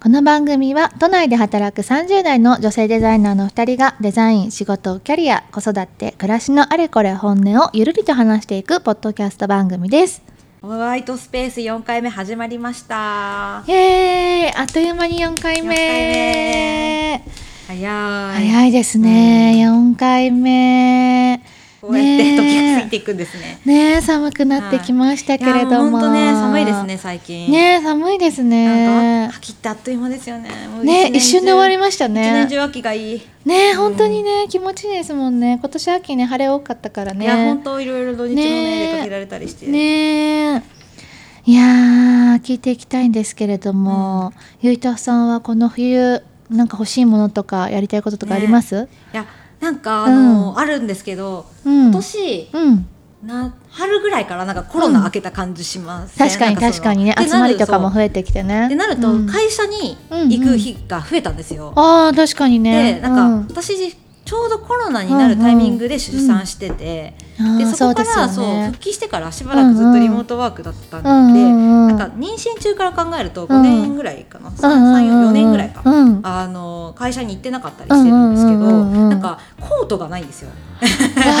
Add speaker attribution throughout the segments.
Speaker 1: この番組は都内で働く30代の女性デザイナーの2人がデザイン、仕事、キャリア、子育て、暮らしのあれこれ本音をゆるりと話していくポッドキャスト番組です。
Speaker 2: ホワイトスペース4回目始まりました
Speaker 1: イエーイあっという間に4回目
Speaker 2: 四回目早い
Speaker 1: 早いですね、四4回目
Speaker 2: こうやって時が過ぎ
Speaker 1: ね
Speaker 2: ていくんですね
Speaker 1: えねえ寒くなってきました
Speaker 2: い
Speaker 1: け
Speaker 2: や
Speaker 1: れども
Speaker 2: 本当ね寒いですね最近
Speaker 1: ねえ寒いです
Speaker 2: なん
Speaker 1: ね
Speaker 2: か秋ってあっという間ですよねもう
Speaker 1: ね
Speaker 2: 年
Speaker 1: 一瞬で終わりました
Speaker 2: 中一
Speaker 1: ね
Speaker 2: 年中秋がいい、
Speaker 1: ねえ本当にね気持ちいいですもんね今年秋ね晴れ多かったから
Speaker 2: い
Speaker 1: ね
Speaker 2: や本当いろいろ土日もね
Speaker 1: ね
Speaker 2: 出かけられたりして、
Speaker 1: ねえいやー聞いていきたいんですけれども、ゆいたさんはこの冬なんか欲しいものとかやりたいこととかあります、
Speaker 2: いやなんかあの、あるんですけど
Speaker 1: うん
Speaker 2: 今年、
Speaker 1: うん
Speaker 2: な春ぐらいからなんかコロナ明けた感じします、
Speaker 1: 確かに
Speaker 2: なん
Speaker 1: 確
Speaker 2: その
Speaker 1: かにね
Speaker 2: で
Speaker 1: 集まりとかも
Speaker 2: なる
Speaker 1: 増えてきてね
Speaker 2: そうでなる
Speaker 1: うん
Speaker 2: と会社に行く日が増えたんですよ、
Speaker 1: ああ確かにね
Speaker 2: でなん
Speaker 1: う
Speaker 2: か私ちょうどコロナになるタイミングで出産してて、
Speaker 1: あー
Speaker 2: でそこか
Speaker 1: う
Speaker 2: ら
Speaker 1: です
Speaker 2: そう、
Speaker 1: よね
Speaker 2: 復帰してからしばらくずっとリモートワークだった
Speaker 1: うん
Speaker 2: んで、
Speaker 1: うんうん
Speaker 2: なんか妊娠中から考えると
Speaker 1: うん
Speaker 2: 5年ぐらいかな、
Speaker 1: うんうんうん
Speaker 2: 34年ぐらいか、
Speaker 1: うん
Speaker 2: あの会社に行ってなかったりしてるんですけど、
Speaker 1: うんうんうんうん
Speaker 2: なんかコートがないんですよ。
Speaker 1: わ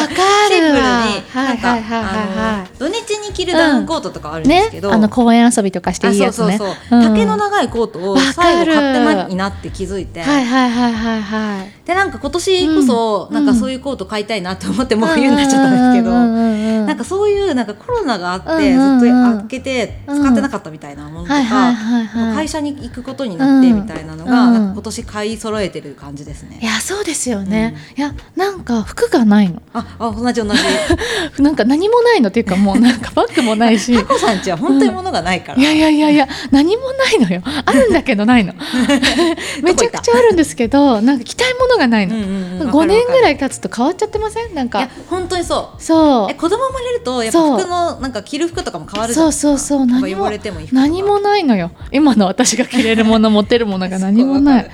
Speaker 1: かるわはい
Speaker 2: シンプルになんか
Speaker 1: はいはいはい
Speaker 2: あ
Speaker 1: は
Speaker 2: の土日に着るダウンコートとかある
Speaker 1: い
Speaker 2: んです
Speaker 1: ね
Speaker 2: けど、
Speaker 1: あの公園遊びとかしていいやつね
Speaker 2: あそうそうそう、
Speaker 1: うん
Speaker 2: 丈の長いコートを最後買ってないなって気づいて、
Speaker 1: はいはいはいはいはい
Speaker 2: でなんか今年こそ、
Speaker 1: うん
Speaker 2: なんかそういうコート買いたいなって思ってもう冬になっちゃったんですけど、
Speaker 1: うんうんうんうんうん
Speaker 2: なんかそういうなんかコロナがあって、
Speaker 1: うんうんうん
Speaker 2: ずっと開けて使ってなかったみたいなものと
Speaker 1: はいは
Speaker 2: か、
Speaker 1: いはいはい
Speaker 2: 会社に行くことになってみたいなのが、
Speaker 1: うん
Speaker 2: なんか今年買い揃えてる感じです
Speaker 1: い
Speaker 2: ね。
Speaker 1: やそうですよね、いやなんか服がないの
Speaker 2: ああ同じ 同じ。
Speaker 1: なんか何もないのっていうかもうなんかバッグもない しい
Speaker 2: タコさんちは本当に物がないから。
Speaker 1: やいやいやいや何もないのよあるんだけど ないのめちゃくちゃあるんですけどなんか着たいものがないの、5年ぐら
Speaker 2: い。
Speaker 1: い経つと変わっちゃってませんなん
Speaker 2: いや
Speaker 1: か
Speaker 2: 本当にそう。
Speaker 1: そ
Speaker 2: え
Speaker 1: う
Speaker 2: 子供生まれるとやっぱ
Speaker 1: そう
Speaker 2: 服のなんか着る服とかも変わるじゃ
Speaker 1: そ
Speaker 2: ないうですか。
Speaker 1: そうそう
Speaker 2: なんか
Speaker 1: 何も
Speaker 2: 汚れてもいい服とか
Speaker 1: 何もないのよ今の私が着れるもの持ってるものが何もな
Speaker 2: す
Speaker 1: い
Speaker 2: ごわか
Speaker 1: い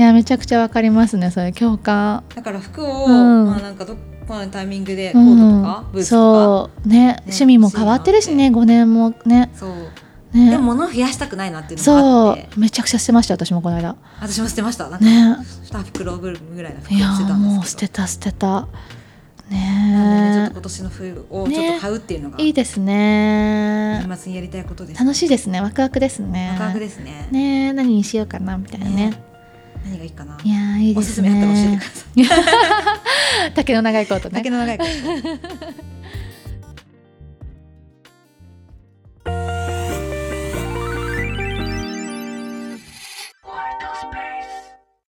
Speaker 1: やめちゃくちゃわかりますねそれ共感
Speaker 2: るだから服を、
Speaker 1: うん
Speaker 2: まあなんかどっかのタイミングでコ
Speaker 1: う
Speaker 2: ート
Speaker 1: ん
Speaker 2: とか、ブーツとか。
Speaker 1: そうね趣味も変わってるしね5年もね
Speaker 2: そう
Speaker 1: ね
Speaker 2: でも物を増やしたくないなっていうのもあ
Speaker 1: そ
Speaker 2: って
Speaker 1: うめちゃくちゃ捨てました私もこの間
Speaker 2: 私も捨てましたなんか
Speaker 1: ね
Speaker 2: 2袋分ぐらいの服を
Speaker 1: いや
Speaker 2: 捨てたんですけど
Speaker 1: もう捨てた捨てた
Speaker 2: なんでねちょっ
Speaker 1: ね
Speaker 2: と今年の冬をちょっと買うっていうのが
Speaker 1: いいですね
Speaker 2: 年末にやりたいことです
Speaker 1: 楽しいですねワクワクですね
Speaker 2: ワクワクですね
Speaker 1: ね何にしようかなみたいなね
Speaker 2: 何がいいかない
Speaker 1: やーいい
Speaker 2: お
Speaker 1: ですす
Speaker 2: すめあったら教えて
Speaker 1: ね
Speaker 2: くださ い
Speaker 1: 竹の長いコートね
Speaker 2: 竹の長い子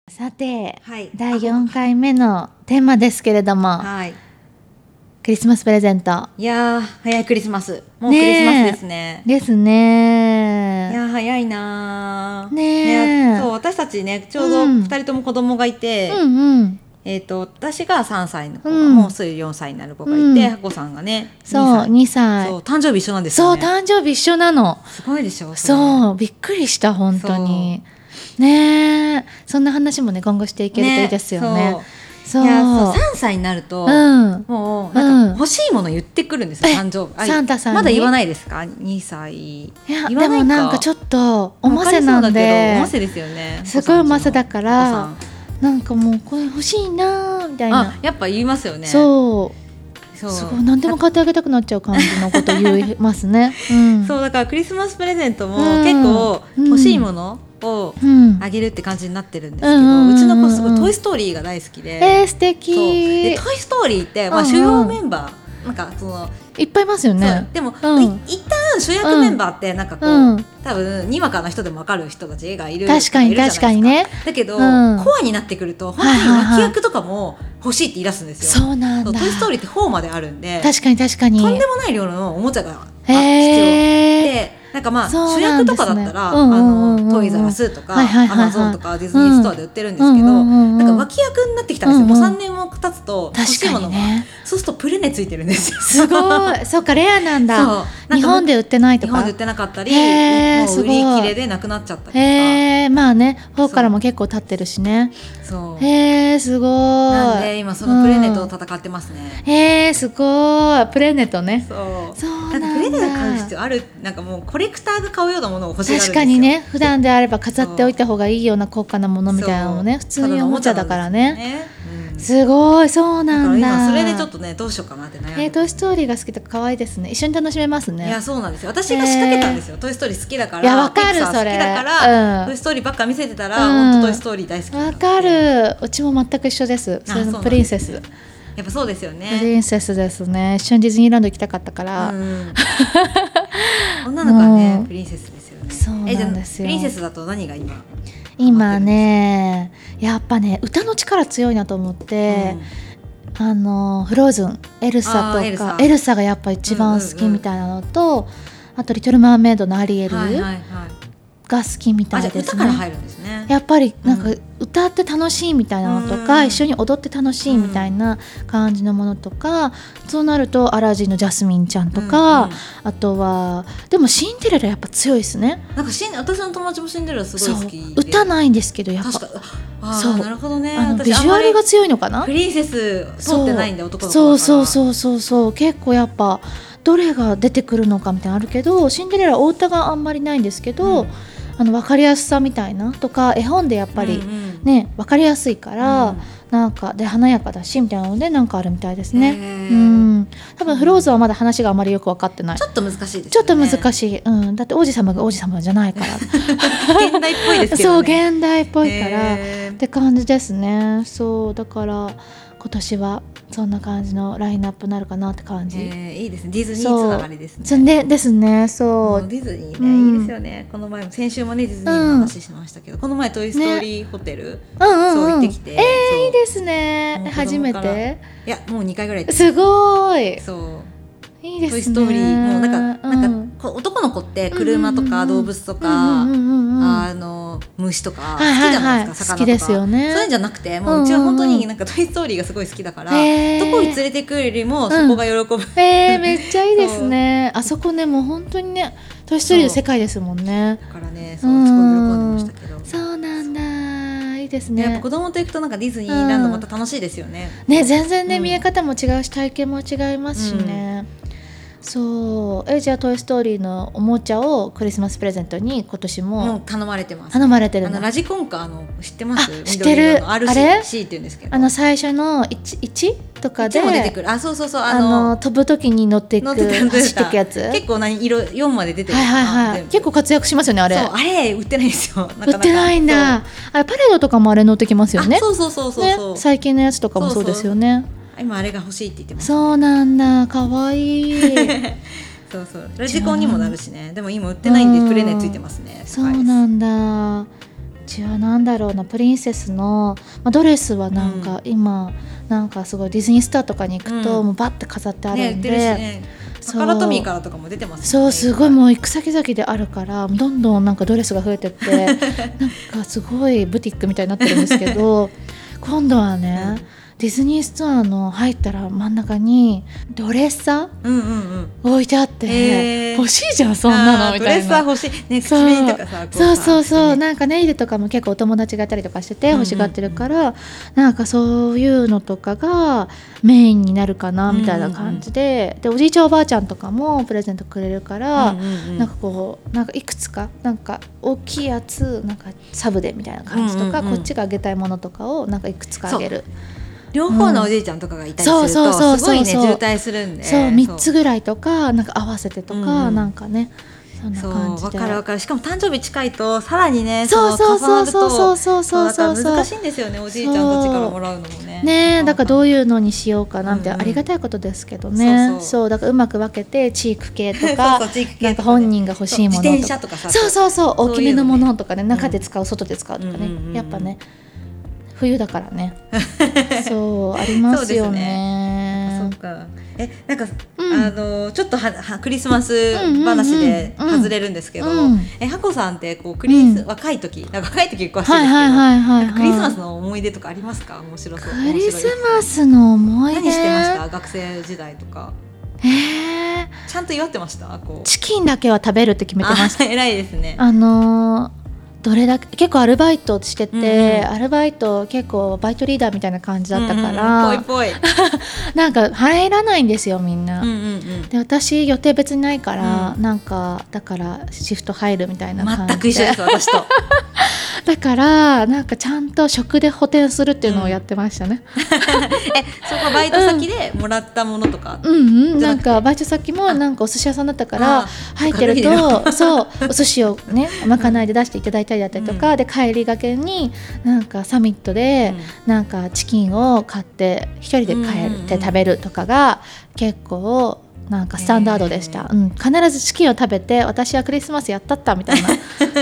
Speaker 1: さて
Speaker 2: はい
Speaker 1: 第4回目のテーマですけれども
Speaker 2: はい
Speaker 1: クリスマスプレゼント
Speaker 2: いやー早いクリスマスもうク
Speaker 1: ね
Speaker 2: リ
Speaker 1: え
Speaker 2: スマスですね
Speaker 1: です
Speaker 2: い
Speaker 1: ね
Speaker 2: やー早いなー
Speaker 1: ねえ
Speaker 2: ねそう私たちねちょう
Speaker 1: う
Speaker 2: ど
Speaker 1: ん
Speaker 2: 2人とも子供がいて、
Speaker 1: うんうん
Speaker 2: えー、と私が3歳の子が、
Speaker 1: うん
Speaker 2: もうすぐ4歳になる子がいて、
Speaker 1: うん
Speaker 2: ハコさんがね
Speaker 1: そう
Speaker 2: 2
Speaker 1: 2
Speaker 2: 歳
Speaker 1: 歳
Speaker 2: そう誕生日一緒なんです
Speaker 1: そう
Speaker 2: よね
Speaker 1: 誕生日一緒なの
Speaker 2: すごいでしょう
Speaker 1: そうびっくりした本当にねえそんな話もね今後していけるといいですよね
Speaker 2: そ
Speaker 1: そうう
Speaker 2: いやそう3歳になると、
Speaker 1: うん
Speaker 2: もう
Speaker 1: うん
Speaker 2: なんか欲しいもの言ってくるんですよ、
Speaker 1: え
Speaker 2: 誕生日あ
Speaker 1: サンタさんに
Speaker 2: まだ言わないですか2歳
Speaker 1: いや
Speaker 2: 言わ
Speaker 1: で
Speaker 2: ない
Speaker 1: も
Speaker 2: か
Speaker 1: なんかちょっとおませなん
Speaker 2: わかりそうだけどお
Speaker 1: で
Speaker 2: ませですよね
Speaker 1: すごいおませだか
Speaker 2: お子さ
Speaker 1: ら
Speaker 2: ん
Speaker 1: なんかもうこれ欲しいなーみたい
Speaker 2: あ
Speaker 1: な
Speaker 2: やっぱ言いますよね
Speaker 1: そう
Speaker 2: そう
Speaker 1: すごい何でも買ってあげたくなっちゃう感じのこと言います ねうん
Speaker 2: そうだからクリスマスプレゼントも
Speaker 1: うん
Speaker 2: 結構欲しいものを
Speaker 1: うん
Speaker 2: あげるって感じになってるんですけど、
Speaker 1: う
Speaker 2: うん
Speaker 1: うんうんうん
Speaker 2: ちの子すごい「トイ・ストーリー」が大好きで,、
Speaker 1: えー素敵
Speaker 2: そうでトイ・ストーリー」って、
Speaker 1: う
Speaker 2: まあ、
Speaker 1: んうん
Speaker 2: 主要メンバー、なんかその
Speaker 1: いっぱいいますよ
Speaker 2: そう
Speaker 1: ね
Speaker 2: でも、
Speaker 1: うん
Speaker 2: い一旦主役メンバーってなんかこう、
Speaker 1: うん
Speaker 2: 多分にわかな人でも分かる人たちがいる
Speaker 1: 確かに
Speaker 2: いるじゃないです
Speaker 1: 確かにね
Speaker 2: だけど、
Speaker 1: うん
Speaker 2: コアになってくると本当に脇役とかも欲しいって言い出すんですよ。
Speaker 1: そうなんだ
Speaker 2: トイ・ストーリー」って4まであるんで
Speaker 1: 確かに確かに
Speaker 2: とんでもない量のおもちゃがあ必要
Speaker 1: へー
Speaker 2: でなんかまあ
Speaker 1: そう
Speaker 2: 主
Speaker 1: な
Speaker 2: 役
Speaker 1: んで
Speaker 2: と
Speaker 1: すね
Speaker 2: かだったら、
Speaker 1: うんうんうんうん
Speaker 2: あのトイザラスとか、
Speaker 1: はいはいはいはい
Speaker 2: アマゾンとかディズニーストアで売ってるんですけど、
Speaker 1: うんうんうんうん
Speaker 2: なんか脇役になってきたんですよ、
Speaker 1: うんうん
Speaker 2: もう3年も経つと欲しいもの
Speaker 1: 確
Speaker 2: が、
Speaker 1: か にね
Speaker 2: そうするとプレネついてるんですよ。
Speaker 1: すごい、そっかレアなんだ
Speaker 2: そう。なんか
Speaker 1: 日本で売ってないと
Speaker 2: 日本
Speaker 1: か
Speaker 2: で売。ってなかったり
Speaker 1: へー
Speaker 2: もう
Speaker 1: す
Speaker 2: 売
Speaker 1: ごい
Speaker 2: り切れでなくなっちゃったりとか、
Speaker 1: へえ、まあね、方からも結構経ってるしね。
Speaker 2: そう
Speaker 1: へえ、すごい。
Speaker 2: なんで今そのプレネと
Speaker 1: うん
Speaker 2: 戦ってますね、
Speaker 1: へえ、すごい。プレネとね。
Speaker 2: そう
Speaker 1: そうな
Speaker 2: なん
Speaker 1: だ
Speaker 2: んかプレネを買う必要あるなんかもうこれレクターが買うようなものを欲しがるんです
Speaker 1: 確
Speaker 2: よ
Speaker 1: かにね普段であれば飾っておいた方がいいような高価なものみたいなのもね
Speaker 2: そう
Speaker 1: 普通におもちゃだから
Speaker 2: ただ
Speaker 1: ね
Speaker 2: のおもちゃなんですよ
Speaker 1: す
Speaker 2: ね
Speaker 1: ごいそう
Speaker 2: うんだ
Speaker 1: なんだ
Speaker 2: から今それでちょっとねどうしようかなって悩ん
Speaker 1: えー、
Speaker 2: で
Speaker 1: トイ・ストーリーが好きとか可愛いですね一緒に楽しめますね
Speaker 2: いやそうなんですよ私が仕掛けたんですよ「トイ・ストーリー」好きだから
Speaker 1: いやわかる
Speaker 2: ピクサー
Speaker 1: それ
Speaker 2: 好きだから、
Speaker 1: うん
Speaker 2: トイ・ストーリーばっか見せてたら
Speaker 1: うん
Speaker 2: 本当、トイ・ストーリー大好きにな
Speaker 1: わ
Speaker 2: って
Speaker 1: かるうちも全く一緒ですそれ
Speaker 2: そう
Speaker 1: の
Speaker 2: なん
Speaker 1: プリンセス、
Speaker 2: ですやっぱそうですよ
Speaker 1: プリ
Speaker 2: ね、
Speaker 1: ンセスですね一緒にディズニーランド行きたかったから、
Speaker 2: うん女の子はね、
Speaker 1: うん
Speaker 2: プリンセスですよね
Speaker 1: そうなんですよ
Speaker 2: えじゃあプリンセスだと何が今、
Speaker 1: 今ねやっぱね歌の力強いなと思って、あのフローズンエルサと
Speaker 2: あ
Speaker 1: か
Speaker 2: ーエ
Speaker 1: エル
Speaker 2: ルサ
Speaker 1: サがやっぱ一番好きみたいなのと、あと「リトル・マーメイド」のアリエル
Speaker 2: うん、はいはいはい
Speaker 1: が好きみた
Speaker 2: あじゃ
Speaker 1: い
Speaker 2: あ
Speaker 1: です
Speaker 2: 歌から
Speaker 1: ね。
Speaker 2: 入るんですね
Speaker 1: やっぱりなんか
Speaker 2: う
Speaker 1: 歌って楽しいみたいなのとか、
Speaker 2: うん
Speaker 1: 一緒に踊って楽しいみたいな感じのものとか、そうなるとアラジンのジャスミンちゃんとか、
Speaker 2: うんうん
Speaker 1: あとはでもシンデレラやっぱ強いですね。
Speaker 2: なんかシン私の友達もシンデレラすごい好きで
Speaker 1: そう歌ないんですけどやっぱ
Speaker 2: 確かあ
Speaker 1: そう
Speaker 2: あなるほどね
Speaker 1: あのビ
Speaker 2: 私あ
Speaker 1: ジュ
Speaker 2: んま
Speaker 1: ア
Speaker 2: り
Speaker 1: ルが強いのかな
Speaker 2: プリンセス通ってないんで男の子
Speaker 1: そうそう
Speaker 2: う
Speaker 1: そうそうそう結構やっぱどれが出てくるのかみたいなのあるけどシンデレラお歌があんまりないんですけど、
Speaker 2: うん
Speaker 1: あの分かりやすさみたいなとか絵本でやっぱり、
Speaker 2: うんうん
Speaker 1: ね分かりやすいから、
Speaker 2: うん
Speaker 1: なんかで華やかだしみたいなのでなんかあるみたいです
Speaker 2: へ
Speaker 1: ね。
Speaker 2: ー
Speaker 1: うん多分フローズはまだ話があまりよく分かってない
Speaker 2: ちょっと難しいですよね
Speaker 1: ちょっと難
Speaker 2: しい
Speaker 1: しい、うん、だって王子様が王子様じゃないから、
Speaker 2: 現代っぽいですけ
Speaker 1: そう
Speaker 2: どね
Speaker 1: 現代っぽいから、
Speaker 2: へ
Speaker 1: っ
Speaker 2: ー
Speaker 1: て感じですねそうだから今年はそんな感じのラインナップになるかなって感じ、
Speaker 2: へーいいですねディズニーつながりですね
Speaker 1: そんでですね
Speaker 2: も
Speaker 1: そうう
Speaker 2: ディズニー
Speaker 1: うん
Speaker 2: ねいいですよねこの前も先週もねディズニーの話しましたけどこの前トイストーリーホテル
Speaker 1: うんうん
Speaker 2: そう行
Speaker 1: う
Speaker 2: っ
Speaker 1: ん
Speaker 2: て
Speaker 1: い
Speaker 2: きてえい
Speaker 1: いですね
Speaker 2: もう子供
Speaker 1: 初め
Speaker 2: から
Speaker 1: て
Speaker 2: いやもう2回ぐらい行って
Speaker 1: すごい
Speaker 2: そう
Speaker 1: いいですね
Speaker 2: トイ・ストーリーもうなんか、
Speaker 1: う
Speaker 2: なんかこう男の子って車と
Speaker 1: う
Speaker 2: か
Speaker 1: んうんうんう
Speaker 2: 動
Speaker 1: ん
Speaker 2: 物と
Speaker 1: う
Speaker 2: か
Speaker 1: んうんうんうん
Speaker 2: あの虫とか好き
Speaker 1: はいはい
Speaker 2: じゃない
Speaker 1: は
Speaker 2: です
Speaker 1: い
Speaker 2: か
Speaker 1: 好き
Speaker 2: 魚
Speaker 1: で
Speaker 2: と
Speaker 1: す
Speaker 2: か
Speaker 1: よね
Speaker 2: そういうんじゃなくてもううちは本当になんか「トイ・ストーリー」がすごい好きだからど
Speaker 1: へー
Speaker 2: こに連れてくよりもそこが喜ぶ
Speaker 1: えー、めっちゃいいですねあそこねもう本当にねトイ・ストーリーの世界ですもんね
Speaker 2: からねそう
Speaker 1: うん
Speaker 2: すごい喜んでましたけど
Speaker 1: そうなんだいいです
Speaker 2: ねやっ
Speaker 1: ね
Speaker 2: ぱ子供と行くとなんかディズニーランドまた楽しいですよね
Speaker 1: ね全然ね、
Speaker 2: うん
Speaker 1: 見え方も違うし体験も違いますしね、そうえじゃあ「トイ・ストーリー」のおもちゃをクリスマスプレゼントに今年
Speaker 2: もう
Speaker 1: も
Speaker 2: 頼まれてます
Speaker 1: 頼まれてる
Speaker 2: あ
Speaker 1: の
Speaker 2: の
Speaker 1: あの
Speaker 2: ラジコンカーの知ってます
Speaker 1: あ知ってる
Speaker 2: 緑色の
Speaker 1: あれ
Speaker 2: RC って言うんですけど
Speaker 1: 最初の 1, 1とか
Speaker 2: いつ
Speaker 1: で
Speaker 2: も出てくるあそうそうそう
Speaker 1: あの飛ぶ時に乗っていく
Speaker 2: 乗ってた乗ってた
Speaker 1: 走っていくやつ
Speaker 2: 結構何色4まで出てる
Speaker 1: はいはい
Speaker 2: あ
Speaker 1: は
Speaker 2: 全
Speaker 1: い
Speaker 2: 部
Speaker 1: 結構活躍しますよねあれ
Speaker 2: そうあれ売ってないんですよなかか
Speaker 1: 売ってないんだあれパレードとかもあれ乗ってきますよ
Speaker 2: そう
Speaker 1: ね
Speaker 2: あそうそうそうそうそう
Speaker 1: ね最近のやつとかもそうですよね
Speaker 2: 今あれが欲しいって言ってま
Speaker 1: そう
Speaker 2: す
Speaker 1: なんだかわい い
Speaker 2: そうそうラジコンにもなるしねでも今売ってないん
Speaker 1: うん
Speaker 2: でプレネついてますね
Speaker 1: そう
Speaker 2: の
Speaker 1: なんだうちはなんだろうなプリンセスの、まあ、ドレスはなんか、今なんかすごいディズニースターとかに行くと、
Speaker 2: うん
Speaker 1: もうバッて飾ってあ
Speaker 2: ね
Speaker 1: る
Speaker 2: 売っ
Speaker 1: ん
Speaker 2: て
Speaker 1: で、
Speaker 2: るしね
Speaker 1: そう
Speaker 2: カラトミーからとかも出てますね
Speaker 1: そうすごい
Speaker 2: っ
Speaker 1: もう行く先々であるからどんどんなんかドレスが増えてって なんかすごいブティックみたいになってるんですけ ど今度は
Speaker 2: ぱい
Speaker 1: ね、ディズニーストアの入ったら真ん中にドレッサ
Speaker 2: うんうんうんうん
Speaker 1: ー置いてあって、
Speaker 2: へー
Speaker 1: 欲しいじゃんそんな
Speaker 2: あー
Speaker 1: のみたい
Speaker 2: ドレスは
Speaker 1: な。
Speaker 2: 欲しいね
Speaker 1: そう
Speaker 2: 口紅とかさこ
Speaker 1: そう
Speaker 2: さ
Speaker 1: そうそう、
Speaker 2: 口紅
Speaker 1: なんかネイルとかも結構お友達がいたりとかしてて
Speaker 2: うんうん
Speaker 1: 欲しがってるから、なんかそういうのとかがメインになるかなみたいな感じで、でおじいちゃんおばあちゃんとかもプレゼントくれるから、
Speaker 2: うんうんうん
Speaker 1: なんかこうなんかいくつかなんか大きいやつなんかサブでみたいな感じとか、
Speaker 2: うんうんうん
Speaker 1: こっちがあげたいものとかをなんかいくつかあげる
Speaker 2: 両方のおじいちゃんとかがいたりす
Speaker 1: うん
Speaker 2: る
Speaker 1: そうそうそう
Speaker 2: とすごいね
Speaker 1: そう
Speaker 2: 渋滞するんで
Speaker 1: そう3つぐらいとかなんか合わせてとか、
Speaker 2: うんうん
Speaker 1: なんかねそんな
Speaker 2: そう
Speaker 1: 感じ
Speaker 2: わ
Speaker 1: で
Speaker 2: かるわかるしかも誕生日近いとさらにね
Speaker 1: そうそう
Speaker 2: の重な
Speaker 1: そう
Speaker 2: ると
Speaker 1: そうそうそうそう
Speaker 2: だか
Speaker 1: そうそ
Speaker 2: ら
Speaker 1: う
Speaker 2: 難しいんですよねおじいちゃんたちからもらうのもね
Speaker 1: ねえだからど
Speaker 2: う
Speaker 1: ういうのにしようかなみたいな、
Speaker 2: うんうん
Speaker 1: ありがたいことですけどねそ
Speaker 2: そううそう
Speaker 1: だからうまく分けてチーク系とか
Speaker 2: そうそう地域系とか
Speaker 1: なんか本人が欲しいもの
Speaker 2: そう自
Speaker 1: と
Speaker 2: 転
Speaker 1: か
Speaker 2: 車とかさ
Speaker 1: そうそうそう
Speaker 2: そう
Speaker 1: 大
Speaker 2: いうのね
Speaker 1: きめのものとかね
Speaker 2: ん
Speaker 1: 中で使う外で使うとかね、
Speaker 2: うんうんうん
Speaker 1: やっぱね冬だから ねそうありますよね
Speaker 2: そうかえなんか、
Speaker 1: うん
Speaker 2: あのちょっとははクリスマス話で
Speaker 1: うんうんうんうん
Speaker 2: 外れるんですけど、
Speaker 1: うん
Speaker 2: えハコさんってこうクリス、
Speaker 1: うん
Speaker 2: 若い時なんか若い時詳しいですけど、
Speaker 1: はいはいはいはい、は
Speaker 2: なん
Speaker 1: い、
Speaker 2: かクリスマスの思い出とかありますか面白そう
Speaker 1: クリスマ
Speaker 2: ス
Speaker 1: スの思い出
Speaker 2: 何してました学生時代とか
Speaker 1: えー
Speaker 2: ちゃんと祝ってましたこう
Speaker 1: チキンだけは食べるって決めてました
Speaker 2: あ偉いですね
Speaker 1: あのーどれだけ結構アルバイトしてて、
Speaker 2: うん
Speaker 1: アルバイト結構バイトリーダーみたいな感じだったから、
Speaker 2: うんうんぽいぽい。
Speaker 1: なんか入らないんですよみんな。
Speaker 2: うんうんうん
Speaker 1: で私予定別にないから、
Speaker 2: う
Speaker 1: なんかだからシフト入るみたいな感じ
Speaker 2: 全く一緒です私 と
Speaker 1: だからなんかちゃんと食で補填するっていうのをやってましたね、
Speaker 2: えそこバイト先でもらったものとか、
Speaker 1: うん、うん
Speaker 2: じ
Speaker 1: な
Speaker 2: ゃなんくて
Speaker 1: かバイト先も
Speaker 2: あ
Speaker 1: なんかお寿司屋さんだったから
Speaker 2: あ
Speaker 1: 入ってる
Speaker 2: 軽い
Speaker 1: とそうお寿司をねまかないで出していただいたりだったりとか、
Speaker 2: う
Speaker 1: で帰りがけになんかサミットで、
Speaker 2: うん
Speaker 1: なんかチキンを買って一人で帰って食べるとかが結構なんかスタンダードでした、うん、必ずチキンを食べて私はクリスマスやったったみたいな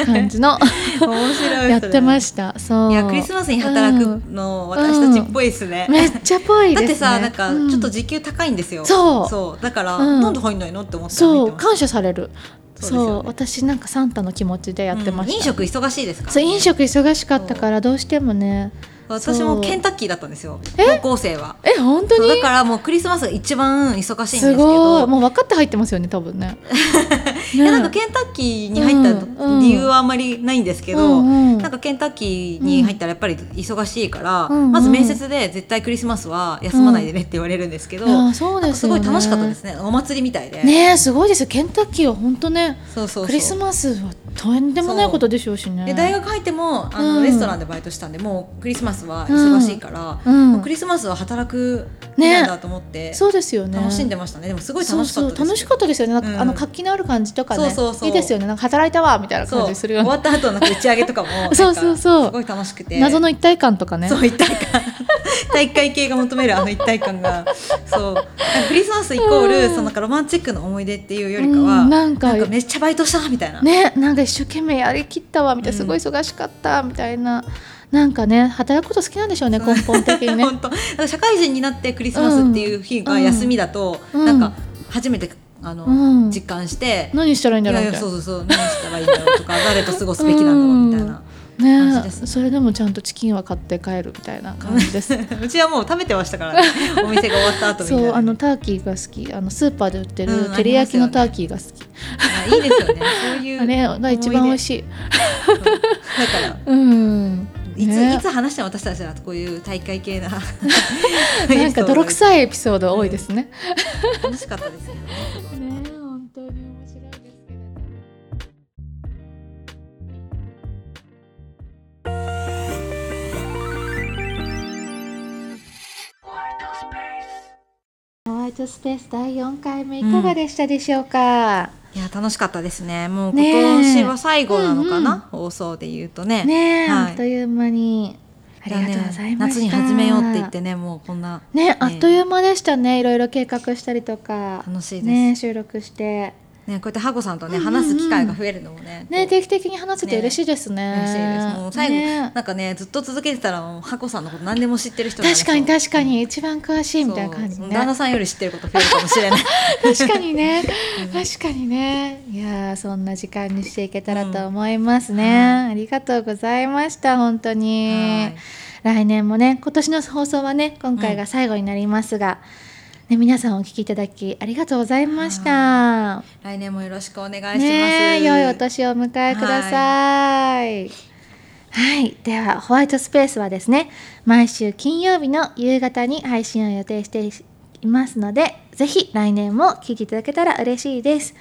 Speaker 1: 感じ の
Speaker 2: 面白い
Speaker 1: やってま
Speaker 2: し
Speaker 1: したそう
Speaker 2: いやクリスマスに働くの私たちっぽいですね、
Speaker 1: めっちゃぽい
Speaker 2: だっ
Speaker 1: ですね
Speaker 2: てさ、なんかちょっと
Speaker 1: うん
Speaker 2: 時給高いんですよ、
Speaker 1: そう
Speaker 2: だから、
Speaker 1: うん
Speaker 2: なんで入んないのって思って
Speaker 1: そ
Speaker 2: 入って
Speaker 1: う
Speaker 2: ました
Speaker 1: 感謝されるそう,、
Speaker 2: そうですよね
Speaker 1: 私なんかサンタの気持ちでやってました、
Speaker 2: うん飲食忙しいですから
Speaker 1: そう
Speaker 2: ね、
Speaker 1: 飲食忙しかったからどうしてもね
Speaker 2: 私
Speaker 1: そう
Speaker 2: もケンタッキーだったんですよ
Speaker 1: え
Speaker 2: 高校生は
Speaker 1: え本当
Speaker 2: そうだ
Speaker 1: に
Speaker 2: からもうクリスマスが一番忙しいんですけ
Speaker 1: すごい
Speaker 2: ど
Speaker 1: もう分かって入ってますよね多分ね
Speaker 2: い
Speaker 1: ね
Speaker 2: やなんかケンタッキーに入った
Speaker 1: うんうん
Speaker 2: 理由はあんまりないんですけど、
Speaker 1: うんうん
Speaker 2: なんかケンタッキーに入ったらやっぱり忙しいから、
Speaker 1: うんうん
Speaker 2: まず面接で絶対クリスマスは休まないでねって言われるんですけど、
Speaker 1: いやそうです
Speaker 2: す
Speaker 1: よ
Speaker 2: ご
Speaker 1: ね
Speaker 2: い楽しかったですねお祭りみたいで、
Speaker 1: ねえすごいですよケンタッキーは本当ね
Speaker 2: そうそうそう
Speaker 1: クリスマスはとんでもないことでしょうしね
Speaker 2: で大学入ってもあ
Speaker 1: う
Speaker 2: の、
Speaker 1: ん
Speaker 2: レストランでバイトしたんでもうクリスマスは忙しいから、
Speaker 1: うん
Speaker 2: もうクリスマスは働く日
Speaker 1: ね
Speaker 2: なんだと思って、
Speaker 1: そうですよね
Speaker 2: 楽しんでましたねでもすごい
Speaker 1: そ
Speaker 2: 楽
Speaker 1: う
Speaker 2: しか
Speaker 1: そ
Speaker 2: った
Speaker 1: う
Speaker 2: です
Speaker 1: 楽しかったですよねなんか、
Speaker 2: うん
Speaker 1: あの活気のある感じとかね
Speaker 2: そうそうそう
Speaker 1: いいですよねなんか働いたわみたいな感
Speaker 2: そ
Speaker 1: じ
Speaker 2: う
Speaker 1: す
Speaker 2: 終
Speaker 1: るよね
Speaker 2: わった後のなんか打ち上げとかもなん か
Speaker 1: そうそうそう
Speaker 2: すごい楽しくて
Speaker 1: 謎の一体感とかね
Speaker 2: そう一体感 体育会系が求めるあの一体感がそうなんかクリスマスイコール、
Speaker 1: うん
Speaker 2: そのなんかロマンチックの思い出っていうよりかは、
Speaker 1: うん
Speaker 2: な
Speaker 1: なんか
Speaker 2: んかめっちゃバイトしたみたいな、
Speaker 1: ねなんか一生懸命やりきったわみたいな、
Speaker 2: うん
Speaker 1: すごい忙しかったみたいななんかね働くこと好きなんでしょうね根本的にね
Speaker 2: 本当だから社会人になってクリスマスっていう日が休みだと、
Speaker 1: うん
Speaker 2: なんか初めてあの、
Speaker 1: うん
Speaker 2: 実感して、
Speaker 1: 何したらいいん
Speaker 2: い
Speaker 1: だろ
Speaker 2: や
Speaker 1: う
Speaker 2: い
Speaker 1: み
Speaker 2: や
Speaker 1: たい
Speaker 2: そ
Speaker 1: な
Speaker 2: うそうそう何したらいいんだろうとか誰と過ごすべきなんだろうみたいな。感じ
Speaker 1: ね
Speaker 2: です
Speaker 1: それでもちゃんとチキンは買って帰るみたいな感じです
Speaker 2: うちはもう食べてまし たからねお店が終わった後みたい
Speaker 1: そ
Speaker 2: な
Speaker 1: うあのターキーが好きあのスーパーで売ってる
Speaker 2: うん
Speaker 1: 照り焼き
Speaker 2: あ
Speaker 1: の
Speaker 2: りま
Speaker 1: タ
Speaker 2: すよね
Speaker 1: ーキーが好き、
Speaker 2: あいいですよねそういう
Speaker 1: あれが一番美味
Speaker 2: しい
Speaker 1: しい
Speaker 2: だから
Speaker 1: うん
Speaker 2: いつ、
Speaker 1: ね
Speaker 2: いつ話しても私たちはこういう大会系な
Speaker 1: なんか泥
Speaker 2: い
Speaker 1: 臭いエピソード多いですね。
Speaker 2: 楽しかったですけどねすごい
Speaker 1: ね本当に面白いですけれど。ホワイトスペース第4回目いかがでしたでしょうか、
Speaker 2: いや楽しかったですねもう
Speaker 1: ねえ
Speaker 2: 今年は最後なのか
Speaker 1: うんうん
Speaker 2: な、放送で言うとね
Speaker 1: ねえ、
Speaker 2: はい
Speaker 1: あっという間にあり
Speaker 2: だ
Speaker 1: が
Speaker 2: ね
Speaker 1: とうございました、
Speaker 2: 夏に始めようって言ってねもうこんな
Speaker 1: ねあっという間でしたねいろいろ計画したりとか
Speaker 2: 楽しいです
Speaker 1: ね収録して
Speaker 2: ねこうやってハゴさんとね、
Speaker 1: うんうんうん
Speaker 2: 話す機会が増えるのもね
Speaker 1: ね
Speaker 2: こう
Speaker 1: 定期的に話せて嬉しいですね
Speaker 2: 嬉しいですもう最後、
Speaker 1: ね
Speaker 2: なんかねずっと続けてたらもうハゴさんのこと何でも知ってる人
Speaker 1: 確かに
Speaker 2: か
Speaker 1: 確かに一番詳しいみたいな感じ
Speaker 2: 旦那
Speaker 1: ね
Speaker 2: さんより知ってること増えるかもしれない
Speaker 1: 確かにね確かにねいやーそんな時間にしていけたらと思いますね、ありがとうございました本当に
Speaker 2: はい
Speaker 1: 来年もね今年の放送はね今回が最後になりますが、ね、皆さんお聞きいただきありがとうございました。
Speaker 2: 来年もよろしくお願いします、
Speaker 1: ねえ良いお年をお迎えください。はい。では、ホワイトスペースはですね、毎週金曜日の夕方に配信を予定していますので、ぜひ来年も聞いていただけたら嬉しいです。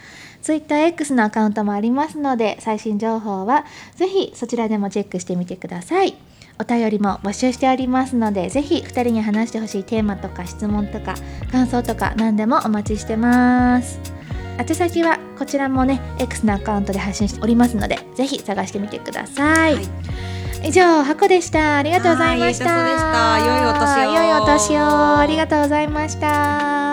Speaker 1: TwitterX のアカウントもありますので、最新情報はぜひそちらでもチェックしてみてください。お便りも募集しておりますので、ぜひ2人に話してほしいテーマとか質問とか感想とか何でもお待ちしてます。宛先はこちらもね X のアカウントで発信しておりますのでぜひ探してみてください、
Speaker 2: はい
Speaker 1: 以上箱でしたありがとうございました
Speaker 2: はいゆうたそでした良いお年を
Speaker 1: 良いお年をありがとうございました